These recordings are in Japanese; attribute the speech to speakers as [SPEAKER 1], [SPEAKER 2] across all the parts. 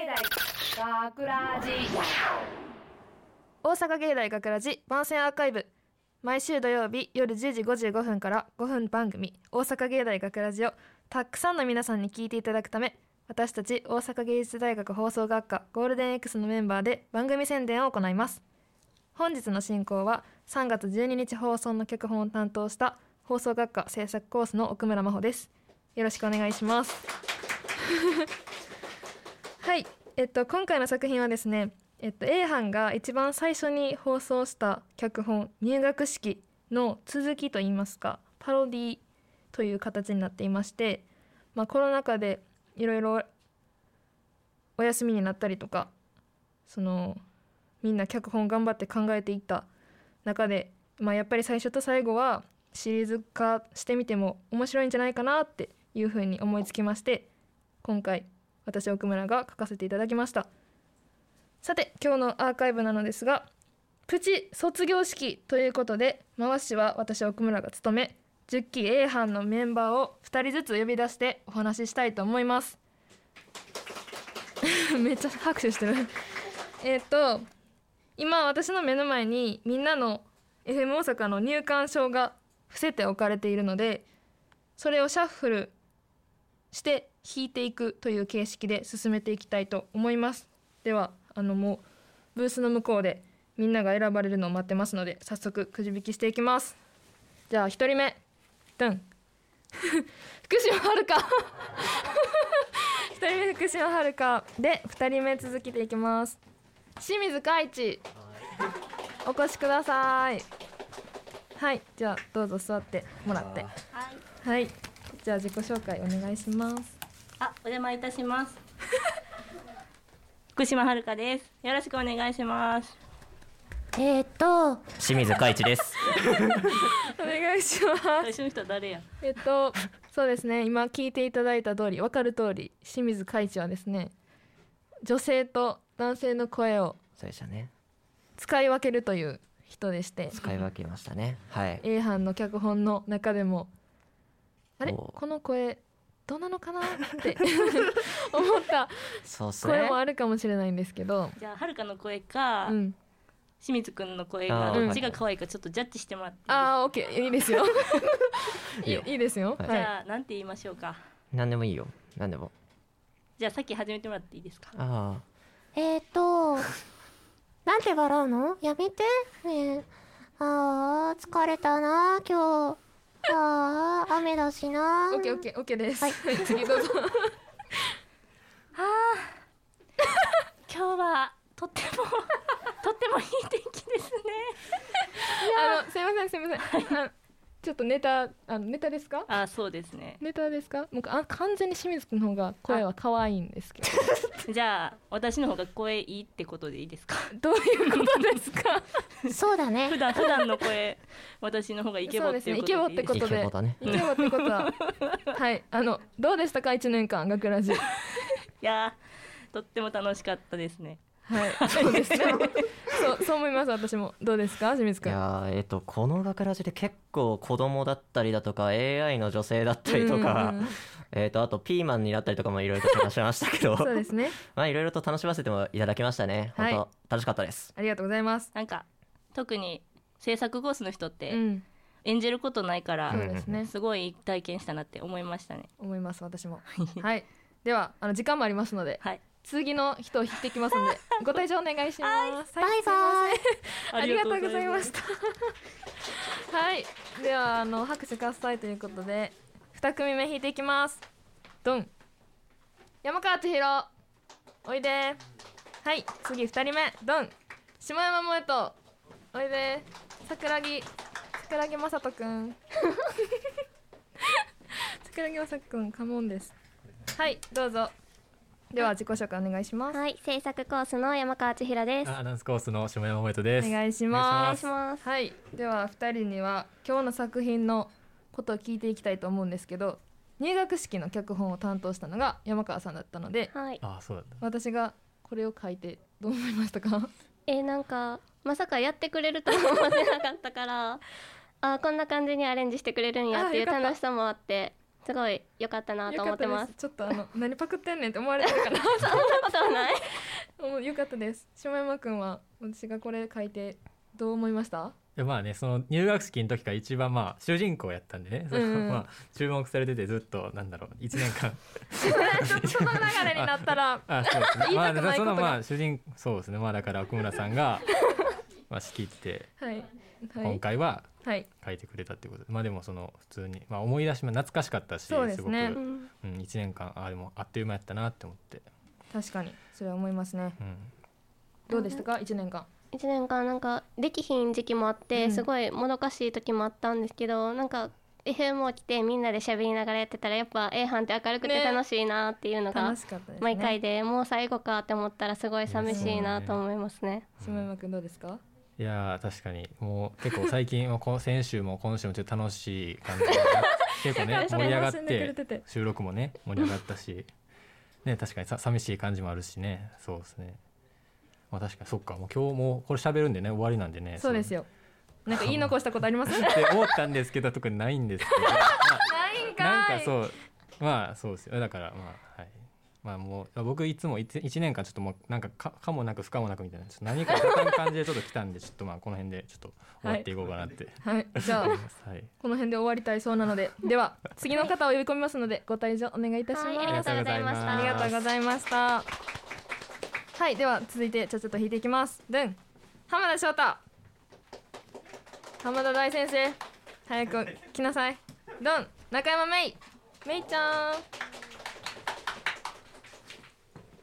[SPEAKER 1] 大学ラジ
[SPEAKER 2] 大阪芸大学ラジ番宣アーカイブ毎週土曜日夜10時55分から5分番組「大阪芸大学ラジをたくさんの皆さんに聞いていただくため私たち大阪芸術大学放送学科ゴールデン X のメンバーで番組宣伝を行います本日の進行は3月12日放送の脚本を担当した放送学科制作コースの奥村真帆ですよろしくお願いします はいえっと今回の作品はですねえっと、A 班が一番最初に放送した脚本「入学式」の続きといいますかパロディという形になっていまして、まあ、コロナ禍でいろいろお休みになったりとかそのみんな脚本頑張って考えていった中で、まあ、やっぱり最初と最後はシリーズ化してみても面白いんじゃないかなっていうふうに思いつきまして今回私奥村が書かせていただきました。さて今日のアーカイブなのですがプチ卒業式ということで回しは私奥村が務め10期 A 班のメンバーを2人ずつ呼び出してお話ししたいと思います めっちゃ拍手してるえっと今私の目の前にみんなの FM 大阪の入館証が伏せて置かれているのでそれをシャッフルして引いていくという形式で進めていきたいと思いますではあのもうブースの向こうでみんなが選ばれるのを待ってますので早速くじ引きしていきますじゃあ一人目ドン 福島遥香 一人目福島遥香で二人目続けていきます清水海一お越しくださいはいじゃあどうぞ座ってもらって
[SPEAKER 3] はい。
[SPEAKER 2] はいじゃあ自己紹介お願いします
[SPEAKER 3] あ、お邪魔いたします。福島遥です。よろしくお願いします。
[SPEAKER 4] えー、っと
[SPEAKER 5] 清水海一です。
[SPEAKER 2] お願いします
[SPEAKER 3] 最初の人誰や。
[SPEAKER 2] えっと、そうですね、今聞いていただいた通り、わかる通り、清水海一はですね。女性と男性の声を
[SPEAKER 5] そうでしたね。
[SPEAKER 2] 使い分けるという人でして。
[SPEAKER 5] 使い分けましたね。はい。
[SPEAKER 2] A 班の脚本の中でも。あれ、
[SPEAKER 5] おう
[SPEAKER 2] この声、どうなのかなって 思った
[SPEAKER 5] そうっす
[SPEAKER 2] 声
[SPEAKER 5] ね
[SPEAKER 2] も。あるかもしれないんですけど。
[SPEAKER 3] じゃあ遥の声か、
[SPEAKER 2] うん、
[SPEAKER 3] 清水くんの声
[SPEAKER 5] あ
[SPEAKER 3] が
[SPEAKER 5] ー
[SPEAKER 3] どっちが可愛いかちょっとジャッジしてもらっていいですか。
[SPEAKER 2] ああ、オッケー、いいですよ。い
[SPEAKER 5] いいよ
[SPEAKER 2] いいですよ。
[SPEAKER 5] はい
[SPEAKER 3] じ
[SPEAKER 2] は。
[SPEAKER 3] ゃあなんて言いましょうか。
[SPEAKER 5] 何でもいいよ。何でも。
[SPEAKER 3] じゃあさっき始めてもらっていいですか。
[SPEAKER 5] あ
[SPEAKER 4] えー、っと なんで笑うのやめてねえあー疲れたな今日あー雨だしない
[SPEAKER 2] オッケー、オッケー、オッケーです。
[SPEAKER 4] はい
[SPEAKER 2] はい、 次どうぞ。
[SPEAKER 3] 今日はとって もとってもいい天気ですね。
[SPEAKER 2] あのすいませんすいません。あのちょっとネタあのネタですか？
[SPEAKER 3] あ、そうですね。
[SPEAKER 2] ネタですか？もうあ完全に清水君の方が声は可愛いんですけど。
[SPEAKER 3] じゃあ私の方が声いいってことでいいですか。
[SPEAKER 2] どういうことですか？
[SPEAKER 4] そうだね
[SPEAKER 3] 普段普段の声私の方がイケボっていうことでいいです
[SPEAKER 5] あ。
[SPEAKER 3] か
[SPEAKER 2] という
[SPEAKER 5] イ
[SPEAKER 2] ことで
[SPEAKER 5] ケボだね。
[SPEAKER 2] いけばってことは。はいあのどうでしたか一年間学ラジ。
[SPEAKER 3] いやーとっても楽しかったですね。
[SPEAKER 2] はいそうですね。 そうそう思います私もどうですか清水
[SPEAKER 5] い
[SPEAKER 2] 君。
[SPEAKER 5] やーえっとこの学ラジで結構子供だったりだとか AI の女性だったりとか
[SPEAKER 2] うんうんうん
[SPEAKER 5] えっとあとピーマンになったりとかもいろいろと話しましたけど
[SPEAKER 2] そうですね。
[SPEAKER 5] まあいろいろと楽しませてもいただきましたね本当、
[SPEAKER 2] はい
[SPEAKER 5] 楽しかったです
[SPEAKER 2] ありがとうございます。
[SPEAKER 3] なんか特に制作コースの人っ
[SPEAKER 2] う
[SPEAKER 3] て
[SPEAKER 2] ん
[SPEAKER 3] 演じることないから、
[SPEAKER 2] そうですね。
[SPEAKER 3] すごいいい体験したなって思いましたね。
[SPEAKER 2] 思います私も。はいではあの時間もありますので
[SPEAKER 3] はい、
[SPEAKER 2] 次の人を引いてきますのでご退場お願いします。は
[SPEAKER 4] バイバ
[SPEAKER 2] すいません
[SPEAKER 4] イ
[SPEAKER 2] ありがとうございまし
[SPEAKER 3] す。
[SPEAKER 2] た。はい、ではあの拍手喝采ということで、二組目引いていきます。ドン。山川千尋、おいで。はい、次二人目、ドン。下山萌と、おいで。桜木、桜木雅人く ん。桜木雅人くん、カモンです。はい、どうぞ。では自己紹介お願いします。
[SPEAKER 4] はい制作コースの山川千尋です
[SPEAKER 6] あアナウンスコースの下山萌人です。
[SPEAKER 2] お願いし
[SPEAKER 4] お
[SPEAKER 2] ま
[SPEAKER 4] 願い
[SPEAKER 2] す
[SPEAKER 4] し。ます
[SPEAKER 2] はい、では二人には今日の作品のことを聞いていきたいと思うんですけど入学式の脚本を担当したのが山川さんだったので
[SPEAKER 4] はい
[SPEAKER 6] あ、そうだった。
[SPEAKER 2] 私がこれを書いてどう思いましたか
[SPEAKER 4] えーなんかまさかやってくれるとは思 ってなかったからあーこんな感じにアレンジしてくれるんやっていう
[SPEAKER 2] あーよかった
[SPEAKER 4] 楽しさもあって
[SPEAKER 3] すごい良かったなと
[SPEAKER 2] よか
[SPEAKER 3] 思っ
[SPEAKER 2] ってた
[SPEAKER 3] ま
[SPEAKER 2] ですす。ちょっとあ の何パクってんねんって思われてるかな。
[SPEAKER 3] そんなこと はない
[SPEAKER 2] もうよかったです。下山くんは私がこれ書いてどう思いました？
[SPEAKER 7] でまあねその入学式の時から一番まあ主人公やったんでね、その
[SPEAKER 2] うん
[SPEAKER 7] まあ注目されててずっとなんだろう1 年間
[SPEAKER 2] ちょっとその流れになったら、
[SPEAKER 7] あそうですね
[SPEAKER 2] 言いたくないことが
[SPEAKER 7] まあ、そのまあ主人そうですねまあだから奥村さん がまあ仕切って
[SPEAKER 2] はいは
[SPEAKER 7] 今
[SPEAKER 2] い
[SPEAKER 7] 回は
[SPEAKER 2] はい。
[SPEAKER 7] 書いてくれたってことで、まあでもその普通に、まあ、思い出しま懐かしかったし
[SPEAKER 2] そうですね
[SPEAKER 7] す
[SPEAKER 3] う
[SPEAKER 7] ごく、
[SPEAKER 3] ん
[SPEAKER 7] うん、1年間ああでもあっという間やったなって思って、
[SPEAKER 2] 確かにそれは思いますね。
[SPEAKER 7] うん、
[SPEAKER 2] どうでしたか一年間？
[SPEAKER 3] 1年間なんかできひん時期もあって、
[SPEAKER 2] うん
[SPEAKER 3] すごいもどかしい時もあったんですけどなんか FM を来てみんなで喋りながらやってたらやっぱ A 班って明るくて
[SPEAKER 2] ね
[SPEAKER 3] 楽しいなっていうのが
[SPEAKER 2] 楽しかったですね。
[SPEAKER 3] 毎回で、もう最後かって思ったらすごい寂しいなと思いますね。
[SPEAKER 2] 下山くんどうですか？
[SPEAKER 7] いやー確かにもう結構最近こう先週も今週もちょっと楽しい感じで結 構ね
[SPEAKER 2] だから
[SPEAKER 7] 盛り上がっ
[SPEAKER 2] 楽しんでくれ
[SPEAKER 7] て
[SPEAKER 2] てて
[SPEAKER 7] 収録もね盛り上がったし ね確かにさ寂しい感じもあるしねそうですねまあ確かにそっかもう今日もうこれ喋るんでね終わりなんでね
[SPEAKER 2] そうですよ。なんか言い残したことあり ます？
[SPEAKER 7] そうって思ったんですけど特にない んですけど、ま
[SPEAKER 2] ないん
[SPEAKER 7] あ、な
[SPEAKER 2] か
[SPEAKER 7] んか
[SPEAKER 2] い。
[SPEAKER 7] そうまあそうですよだからまあはいまあもう僕いつも 1, 年間ちょっともうなんかかかもなく不可もなくみたいなちょっと何か畳む感じでちょっと来たんでちょっとまあこの辺でちょっと終わっていこうかなって
[SPEAKER 2] はい。じゃあ。
[SPEAKER 7] はい、
[SPEAKER 2] この辺で終わりたいそうなの で、では次の方を呼び込みますのでご退場お願いいたします。
[SPEAKER 3] はい
[SPEAKER 7] ありがとうございました
[SPEAKER 2] ありがとうございました。はい、では続いてちょっと弾いていきます。でん、浜田翔太、浜田大先生、早く来なさい。どん、中山めい、めいちゃん。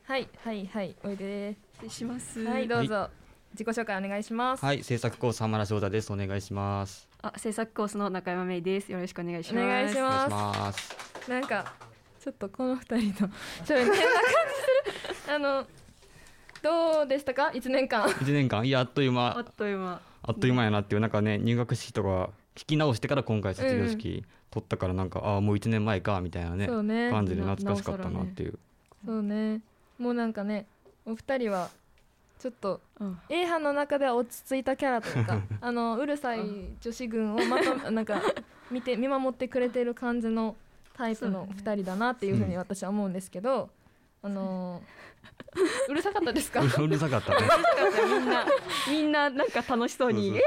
[SPEAKER 2] はいはいはい、おいで
[SPEAKER 8] します。
[SPEAKER 2] ー。はい、どうぞ、自己紹介お願いします。
[SPEAKER 9] はい、制作コース浜田翔太です。お願いします。
[SPEAKER 8] あ、制作コースの中山芽衣です。よろしくお願いし
[SPEAKER 2] お
[SPEAKER 8] ます。
[SPEAKER 2] 願いし
[SPEAKER 9] お願い
[SPEAKER 2] ま
[SPEAKER 9] し
[SPEAKER 2] す。
[SPEAKER 9] ます。
[SPEAKER 2] なんかちょっとこの二人のちょっと変な感じするあのどうでしたか一年間
[SPEAKER 9] 一年間、いや、あっという
[SPEAKER 8] あ
[SPEAKER 9] 間
[SPEAKER 8] っ、という間。
[SPEAKER 9] あっという間やなっていう、なんかね、入学式とか。聞き直してから、今回卒業式、取ったから、なんか、ああ、もう一年前かみたいなね
[SPEAKER 2] そ。うね
[SPEAKER 9] 感じで懐かしかったなっていう。
[SPEAKER 2] そうねもうなんかねお二人はちょっと
[SPEAKER 8] うん。
[SPEAKER 2] A 班の中では落ち着いたキャラという かあのうるさい女子軍をまとなんか見て見守ってくれてる感じのタイプの二人だなっていうふうに私は思うんですけど、あのうるさかったです か
[SPEAKER 9] うるさかったね。
[SPEAKER 8] みんな、みんななんか楽しそうに、イエーイ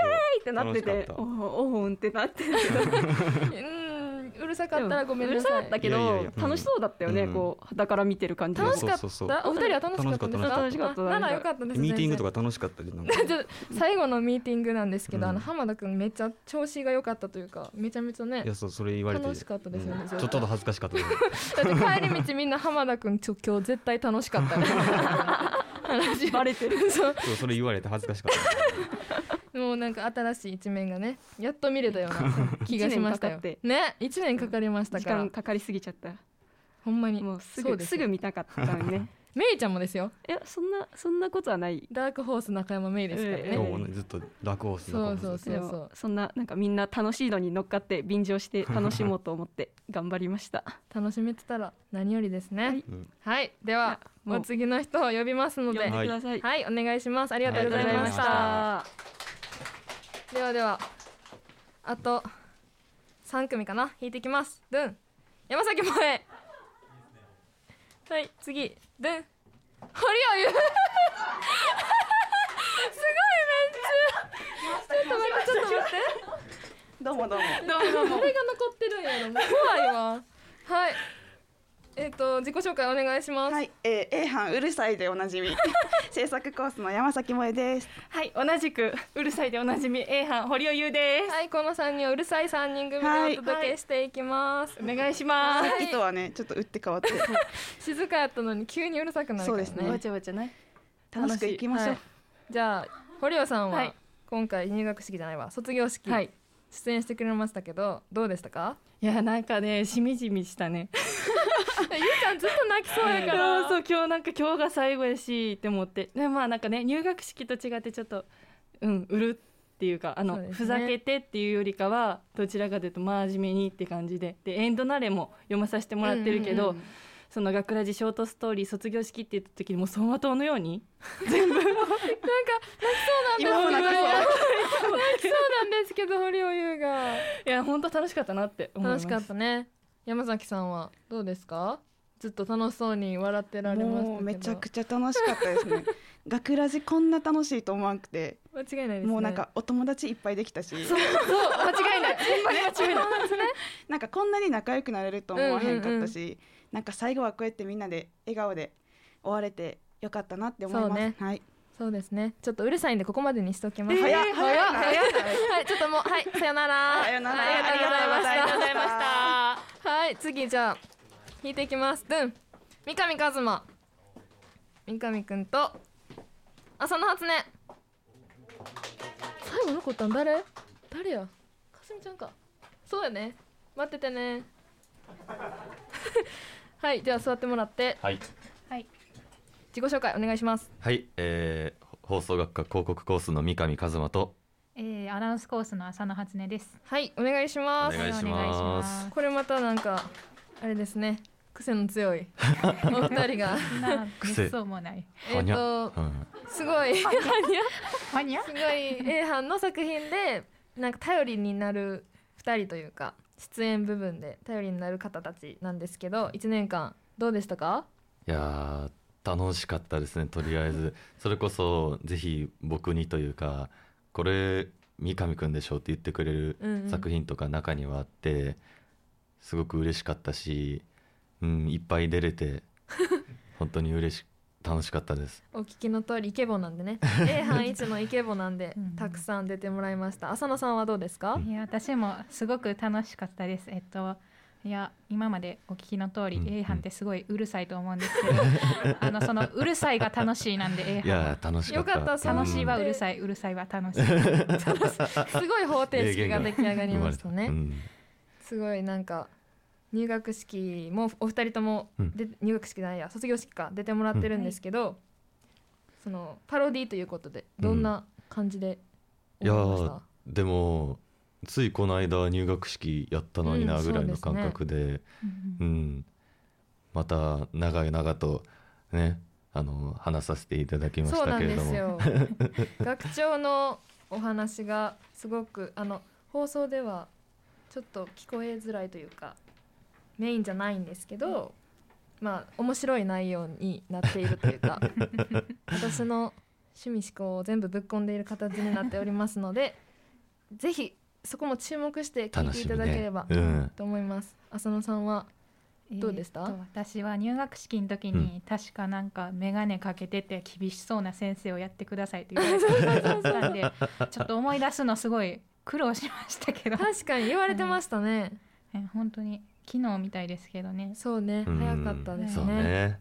[SPEAKER 8] ってなって
[SPEAKER 9] 楽してかっ、た
[SPEAKER 8] おおおんってなってるけど。
[SPEAKER 2] うんうるさかったらごめんなさ
[SPEAKER 8] うるさか
[SPEAKER 2] い
[SPEAKER 8] ったけ
[SPEAKER 9] いやいや
[SPEAKER 8] ど
[SPEAKER 9] いや、うん
[SPEAKER 8] 楽しそうだったよね。
[SPEAKER 9] うん
[SPEAKER 8] こう、だから見てる感じ。
[SPEAKER 2] 楽しかった
[SPEAKER 9] そうそうそう
[SPEAKER 2] お二人は楽しかったんですか
[SPEAKER 9] 楽しか
[SPEAKER 8] った楽しかった
[SPEAKER 2] あならよかったです
[SPEAKER 9] ミーティングと
[SPEAKER 2] か
[SPEAKER 9] か楽しかった り、なんか。
[SPEAKER 2] 最後のミーティングなんですけど、
[SPEAKER 9] うん
[SPEAKER 2] あの浜田君めっちゃ調子が良かったというかめちゃめちゃね
[SPEAKER 9] いや、そう、それ言われて。
[SPEAKER 2] 楽しかったですよね
[SPEAKER 9] うん
[SPEAKER 2] 絶
[SPEAKER 9] ち
[SPEAKER 2] 対
[SPEAKER 9] ょっとちょっと恥ずか しかったです。
[SPEAKER 2] だって帰り道みんな浜田君ちょ今日絶対楽しかったね話
[SPEAKER 8] バレてる。
[SPEAKER 2] そう
[SPEAKER 9] そう、それ言われて恥ずかしかった。
[SPEAKER 2] もうなんか新しい一面がねやっと見れたような気がしましたよ
[SPEAKER 8] 一年かかって
[SPEAKER 2] ね一年かかりました
[SPEAKER 8] 時
[SPEAKER 2] から
[SPEAKER 8] 間かかりすぎちゃった。
[SPEAKER 2] ほんまに
[SPEAKER 8] もうす
[SPEAKER 2] そう
[SPEAKER 8] ぐ、
[SPEAKER 2] です
[SPEAKER 8] すぐ見たかったの ね。
[SPEAKER 2] メイちゃんもですよ
[SPEAKER 8] え、そんな、そんなことはない。
[SPEAKER 2] ダークホース中山メイですから
[SPEAKER 8] え
[SPEAKER 9] 今
[SPEAKER 8] え
[SPEAKER 9] 日
[SPEAKER 2] ね、
[SPEAKER 9] もね、ずっと楽をする。
[SPEAKER 2] そうそうそう
[SPEAKER 8] でもそんななんかみんな楽しいのに乗っかって便乗して楽しもうと思って頑張りました。
[SPEAKER 2] 楽しめてたら何よりですねはい、
[SPEAKER 9] うん
[SPEAKER 2] では
[SPEAKER 8] もう
[SPEAKER 2] お次の人を呼びますの
[SPEAKER 8] 呼ん
[SPEAKER 2] で
[SPEAKER 8] で
[SPEAKER 9] はい
[SPEAKER 8] ください。
[SPEAKER 2] はい、お願いします。ありがとうござい
[SPEAKER 9] あ
[SPEAKER 2] ま
[SPEAKER 9] り
[SPEAKER 2] し。
[SPEAKER 9] がとうございましたた
[SPEAKER 2] ではでは、あと三組かな、引いてきます。ドゥン、山崎萌え。はい、次、ドゥン、堀尾優。す ごいメンツ。ちょっと待って、ちょっと待って。
[SPEAKER 8] どうもどうも。どうもどうも
[SPEAKER 2] こ。れが残ってるんやろ、もう怖いわ。はい。えっ、と、自己紹介お願いします。
[SPEAKER 10] はい、えー、A 班うるさいでおな じみ制作コースの山崎萌えです。
[SPEAKER 8] はい、同じくうるさいでおなじみ A 班堀尾優です。
[SPEAKER 2] はい、この三人をうるさい三人組でお届けしていきます。
[SPEAKER 8] お願いしま
[SPEAKER 10] さっきとはねちょっと打って変わって
[SPEAKER 2] 静かやったのに急にうるさくなるからね
[SPEAKER 10] そうですね
[SPEAKER 8] わちゃわちゃない。
[SPEAKER 10] 楽しくいきましょう。
[SPEAKER 2] じゃあ堀尾さん
[SPEAKER 8] は
[SPEAKER 2] はい今回入学式じゃないわ卒業式
[SPEAKER 8] はい。
[SPEAKER 2] 出演してくれましたけどどうでしたか
[SPEAKER 8] いやなんかねしみじみしたね。
[SPEAKER 2] ゆうちゃんずっと泣きそうやか
[SPEAKER 8] そう
[SPEAKER 2] ら
[SPEAKER 8] そう今日なんか今日が最後やしって思って。でまあなんかね入学式と違ってちょっとうんうるっていうかあの
[SPEAKER 2] そうですね
[SPEAKER 8] ふざけてっていうよりかはどちらかというと真面目にって感じででエンドナレも読まさせてもらってるけど。その学ラジショートストーリー卒業式って言った時にもう走馬灯のように
[SPEAKER 10] 今も泣き
[SPEAKER 2] そうなんですけど堀尾優が
[SPEAKER 8] いや本当楽しかったなって思 いま
[SPEAKER 2] 楽
[SPEAKER 8] す
[SPEAKER 2] しかったねい山崎さんはどうですかずっと楽しそうに笑ってられましたけ
[SPEAKER 11] も
[SPEAKER 2] ど
[SPEAKER 11] うめちゃくちゃ楽しかったで すね学ラジこんな楽しいと思わなくて
[SPEAKER 2] 間違いないですね
[SPEAKER 11] もうなんかお友達いっぱいできたし
[SPEAKER 2] そうそう間違いない間違いない
[SPEAKER 11] なんかこんなに仲良くなれると思わへんかったし、なんか最後はこうやってみんなで笑顔で終われてよかったなって思い
[SPEAKER 2] そう
[SPEAKER 11] ます、
[SPEAKER 2] ね
[SPEAKER 11] はい
[SPEAKER 2] そうですねちょっとうるさいんでここまでにしときます、
[SPEAKER 11] えー
[SPEAKER 2] 早っ
[SPEAKER 11] 早い
[SPEAKER 2] 早っ早っはいちょっともうはいさよなら
[SPEAKER 11] さよなら
[SPEAKER 2] はいありがとうございました
[SPEAKER 11] ありがとうございました
[SPEAKER 2] はい次じゃあ引いていきますドゥン三上一馬三上くんと浅野初音最後残ったん誰誰やかすみちゃんかそうやね待ってて ねはいじゃあ座ってもらって
[SPEAKER 9] はい、
[SPEAKER 2] 自己紹介お願いします
[SPEAKER 9] はいえー放送学科広告コースの三上一馬と
[SPEAKER 12] えー、アナウンスコースの浅野初音です。
[SPEAKER 2] はいお願いします
[SPEAKER 9] お願いします
[SPEAKER 2] これまたなんかあれですね癖の強 いお二人が
[SPEAKER 12] そんな
[SPEAKER 9] 癖
[SPEAKER 12] そうもない。
[SPEAKER 2] えっとすごい
[SPEAKER 12] マニア
[SPEAKER 2] すごい A 班の作品でなんか頼りになる二人というか出演部分で頼りになる方たちなんですけど一年間どうでしたか
[SPEAKER 9] いやー楽しかったですねとりあえずそれこそぜひ僕にというかこれ三上くんでしょって言ってくれ
[SPEAKER 2] うんう
[SPEAKER 9] る
[SPEAKER 2] ん
[SPEAKER 9] 作品とか中にはあって、すごく嬉しかったし、うん、いっぱい出れ て本当に嬉し楽しかったです
[SPEAKER 2] お聞きの通りイケボなんで ね A 班一のイケボなんでたくさん出てもらいました浅野さんはどうですか
[SPEAKER 12] いや私もすごく楽しかったです。えっといや今までお聞きの通り、
[SPEAKER 9] うん
[SPEAKER 12] A 班ってすごいうるさいと思うんですけど、 あのそのうるさいが楽しいなんで A
[SPEAKER 9] い
[SPEAKER 12] 班は
[SPEAKER 9] やー楽しかった
[SPEAKER 2] よかったそう
[SPEAKER 12] 楽しいは
[SPEAKER 2] うん
[SPEAKER 12] うるさいうるさいは楽しい。
[SPEAKER 2] すごい方程式が出来上がりましたね。
[SPEAKER 9] うん
[SPEAKER 2] すごいなんか入学式もお二人ともで、入学式じゃないや卒業式か出てもらってるんですけど、そのパロディということでどんな感じで
[SPEAKER 9] いや
[SPEAKER 2] 思いました、
[SPEAKER 9] ーでもついこの間入学式やったのに
[SPEAKER 2] う
[SPEAKER 9] なんぐ
[SPEAKER 2] そ
[SPEAKER 9] らいの
[SPEAKER 2] うです
[SPEAKER 9] 感
[SPEAKER 2] ね
[SPEAKER 9] 覚で,、うんまた長々とねあの話させていただきまし
[SPEAKER 2] そうな
[SPEAKER 9] た
[SPEAKER 2] ん
[SPEAKER 9] けれ
[SPEAKER 2] で
[SPEAKER 9] ど
[SPEAKER 2] すよ
[SPEAKER 9] も
[SPEAKER 2] 学長のお話がすごくあの放送ではちょっと聞こえづらいというかメインじゃないんですけど、まあ面白い内容になっているという か私の趣味思考を全部ぶっ込んでいる形になっておりますのでぜひそこも注目して聞いていただければ
[SPEAKER 9] 楽しみねうん
[SPEAKER 2] と思います。浅野さんはどうでした、
[SPEAKER 12] えーっと私は入学式の時に、確かなんか眼鏡かけてて厳しそうな先生をやってくださいって言われ たことだったんでちょっと思い出すのすごい苦労しました けど
[SPEAKER 2] 確かに言われてましたね、
[SPEAKER 12] え本当に昨日みたいですけどね
[SPEAKER 2] そうね
[SPEAKER 9] うん
[SPEAKER 2] 早かったです
[SPEAKER 9] そう
[SPEAKER 2] ね
[SPEAKER 9] ね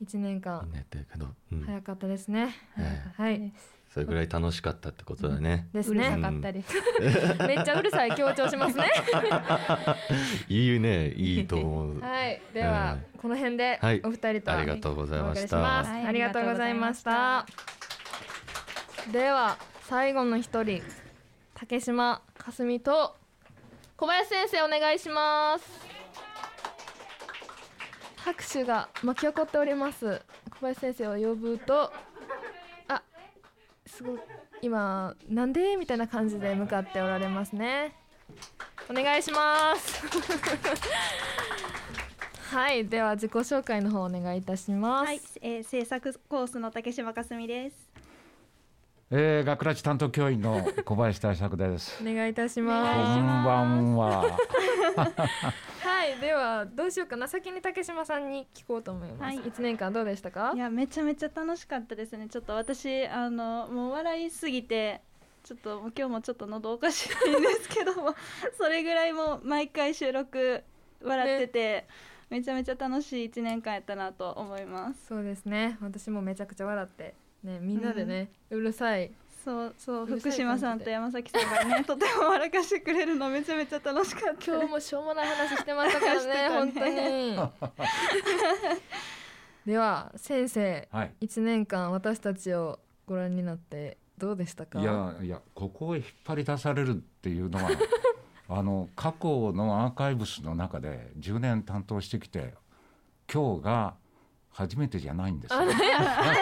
[SPEAKER 2] 一年間
[SPEAKER 9] ねだけど、うん
[SPEAKER 2] 早かったですね。はい。
[SPEAKER 9] それぐらい楽しかったってことだね、
[SPEAKER 2] ですね。
[SPEAKER 12] です
[SPEAKER 2] めっちゃうるさい強調します ね。
[SPEAKER 9] うんいいねいいと思 う
[SPEAKER 2] はい。では、この辺で
[SPEAKER 9] はい
[SPEAKER 2] お二人とは
[SPEAKER 9] ありがとうございました
[SPEAKER 2] お別れします
[SPEAKER 12] はい
[SPEAKER 2] ありがとうございました。では最後の一人竹島かすみと小林先生お願いします。拍手が巻き起こっております。小林先生を呼ぶと、あ、すごい今なんでみたいな感じで向かっておられますね。お願いします。 はい、では自己紹介の方お願いいたします。
[SPEAKER 13] はい、えー、制作コースの竹島かすみです。
[SPEAKER 7] えー、学ラジ担当教員の小林大作です。
[SPEAKER 2] お願いいたし
[SPEAKER 7] こんば
[SPEAKER 2] ます。
[SPEAKER 7] んは。
[SPEAKER 2] はい、ではどうしようかな。先に竹島さんに聞こうと思います。一、年間どうでしたか
[SPEAKER 13] い？やめちゃめちゃ楽しかったですね。ちょっと私あのもう笑いすぎて。ちょっともう今日もちょっと喉おかしいんですけどもそれぐらいもう毎回収録笑ってて、めちゃめちゃ楽しい1年間やったなと思います
[SPEAKER 2] そうですね。私もめちゃくちゃ笑って、ね、みんなでね、うるさい。
[SPEAKER 13] そうそう
[SPEAKER 2] うる
[SPEAKER 13] 福
[SPEAKER 2] さい
[SPEAKER 13] 島さんと山崎さんがねとても笑かしてくれるのめちゃめちゃ楽しかった今
[SPEAKER 2] 日もしょうもない話してま したからね本当に では先生、
[SPEAKER 7] はい
[SPEAKER 2] 一年間私たちをご覧になってどうでしたか？
[SPEAKER 7] いやいやここへ引っ張り出されるっていうのはあの過去のアーカイブスの中で10年担当してきて今日が初めてじゃないんですよ
[SPEAKER 2] あ。なんやなんやなんや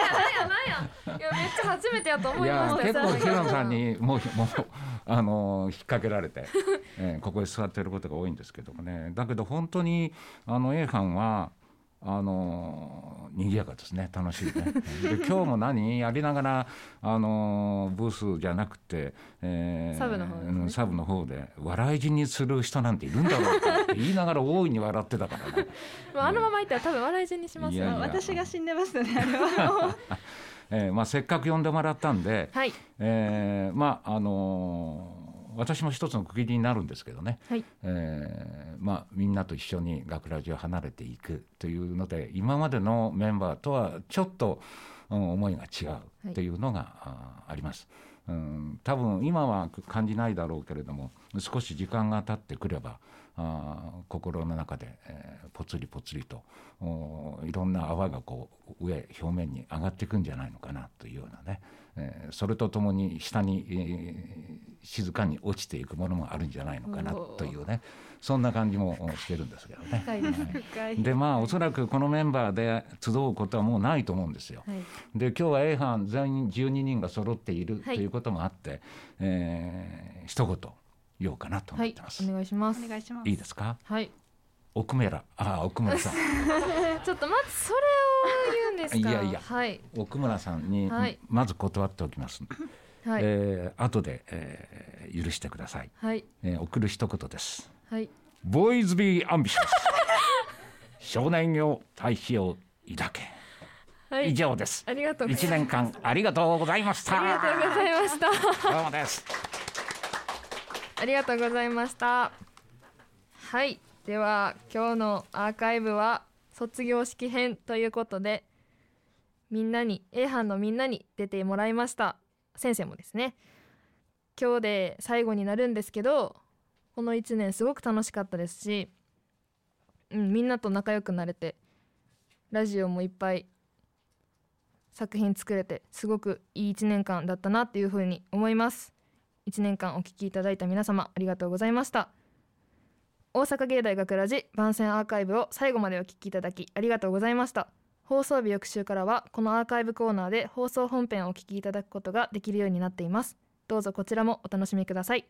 [SPEAKER 2] いやめっちゃ初めてやと
[SPEAKER 7] い
[SPEAKER 2] 思いま
[SPEAKER 7] や
[SPEAKER 2] した
[SPEAKER 7] 結構
[SPEAKER 2] よ
[SPEAKER 7] ケロンさんにもうもうあの引っ掛け られて、えーここに座ってることが多いんですけどもねだけど本当にあの A 班はあの賑やかですね 楽しいね。で今日も何やりながらあのブースじゃなくて、え
[SPEAKER 2] サブの方ですね
[SPEAKER 7] うんサブの方で笑い死にする人なんているんだろうかって言いながら大いに笑ってたからね。
[SPEAKER 2] まああのままいったら多分笑い死にしますよ
[SPEAKER 7] いやいや
[SPEAKER 13] 私が死んでますねあれは
[SPEAKER 7] えーまあ、せっかく呼んでもらったんで、
[SPEAKER 2] はい
[SPEAKER 7] えーまああのー私も一つの区切りになるんですけどね、
[SPEAKER 2] はい
[SPEAKER 7] えーまあ、みんなと一緒に学ラジを離れていくというので今までのメンバーとはちょっと、うん思いが違うというのが、あーあります。うん、多分今は感じないだろうけれども少し時間が経ってくればあー心の中で、えーぽつりぽつりとおーいろんな泡がこう上表面に上がっていくんじゃないのかなというようなね、えーそれとともに下に、えー静かに落ちていくものもあるんじゃないのかなというねそんな感じもおしてるんですけどね。
[SPEAKER 2] 深いです
[SPEAKER 13] 深
[SPEAKER 7] でまあおそらくこのメンバーで集うことはもうないと思うんですよ。
[SPEAKER 2] はい
[SPEAKER 7] で今日は A 班全員12人が揃っている
[SPEAKER 2] は
[SPEAKER 7] と
[SPEAKER 2] い
[SPEAKER 7] いうこともあって、えー一言言おうかなと思
[SPEAKER 2] は
[SPEAKER 7] っ
[SPEAKER 2] い
[SPEAKER 7] て、
[SPEAKER 2] お願いします。
[SPEAKER 13] お願いしま
[SPEAKER 7] いいですか
[SPEAKER 2] はい。
[SPEAKER 7] 奥村あー奥村さん
[SPEAKER 2] ちょっとまずそれを言うんですか。
[SPEAKER 7] いやいや
[SPEAKER 2] はい。
[SPEAKER 7] 奥村さんに
[SPEAKER 2] はい
[SPEAKER 7] まず断っておきます、
[SPEAKER 2] はい。
[SPEAKER 7] えー後で、えー許してください、
[SPEAKER 2] はい。
[SPEAKER 7] えー送る一言です
[SPEAKER 2] はい。
[SPEAKER 7] ボーイズビーアンビシャス 少年よ大志を抱け、
[SPEAKER 2] はい。
[SPEAKER 7] 以上です
[SPEAKER 2] ありがとうござ
[SPEAKER 7] 一
[SPEAKER 2] います。
[SPEAKER 7] 年間ありがとうございました
[SPEAKER 2] ありがとうございました。
[SPEAKER 7] どうもです
[SPEAKER 2] ありがとうございました。はい、では今日のアーカイブは卒業式編ということで、みんなに A 班のみんなに出てもらいました。先生もですね。今日で最後になるんですけど、この1年すごく楽しかったですし、うん、みんなと仲良くなれて、ラジオもいっぱい作品作れてすごくいい1年間だったなっていうふうに思います1年間お聞きいただいた皆様ありがとうございました大阪芸大学ラジ番宣アーカイブを最後までお聞きいただきありがとうございました放送日翌週からはこのアーカイブコーナーで放送本編をお聞きいただくことができるようになっていますどうぞこちらもお楽しみください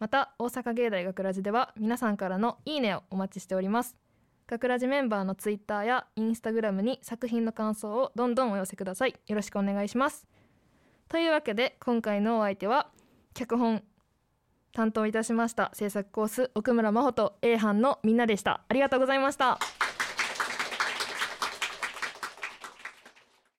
[SPEAKER 2] また大阪芸大学ラジでは皆さんからのいいねをお待ちしております学ラジメンバーのツイッターやインスタグラムに作品の感想をどんどんお寄せくださいよろしくお願いしますというわけで今回のお相手は脚本担当いたしました制作コース奥村真帆と A 班のみんなでしたありがとうございました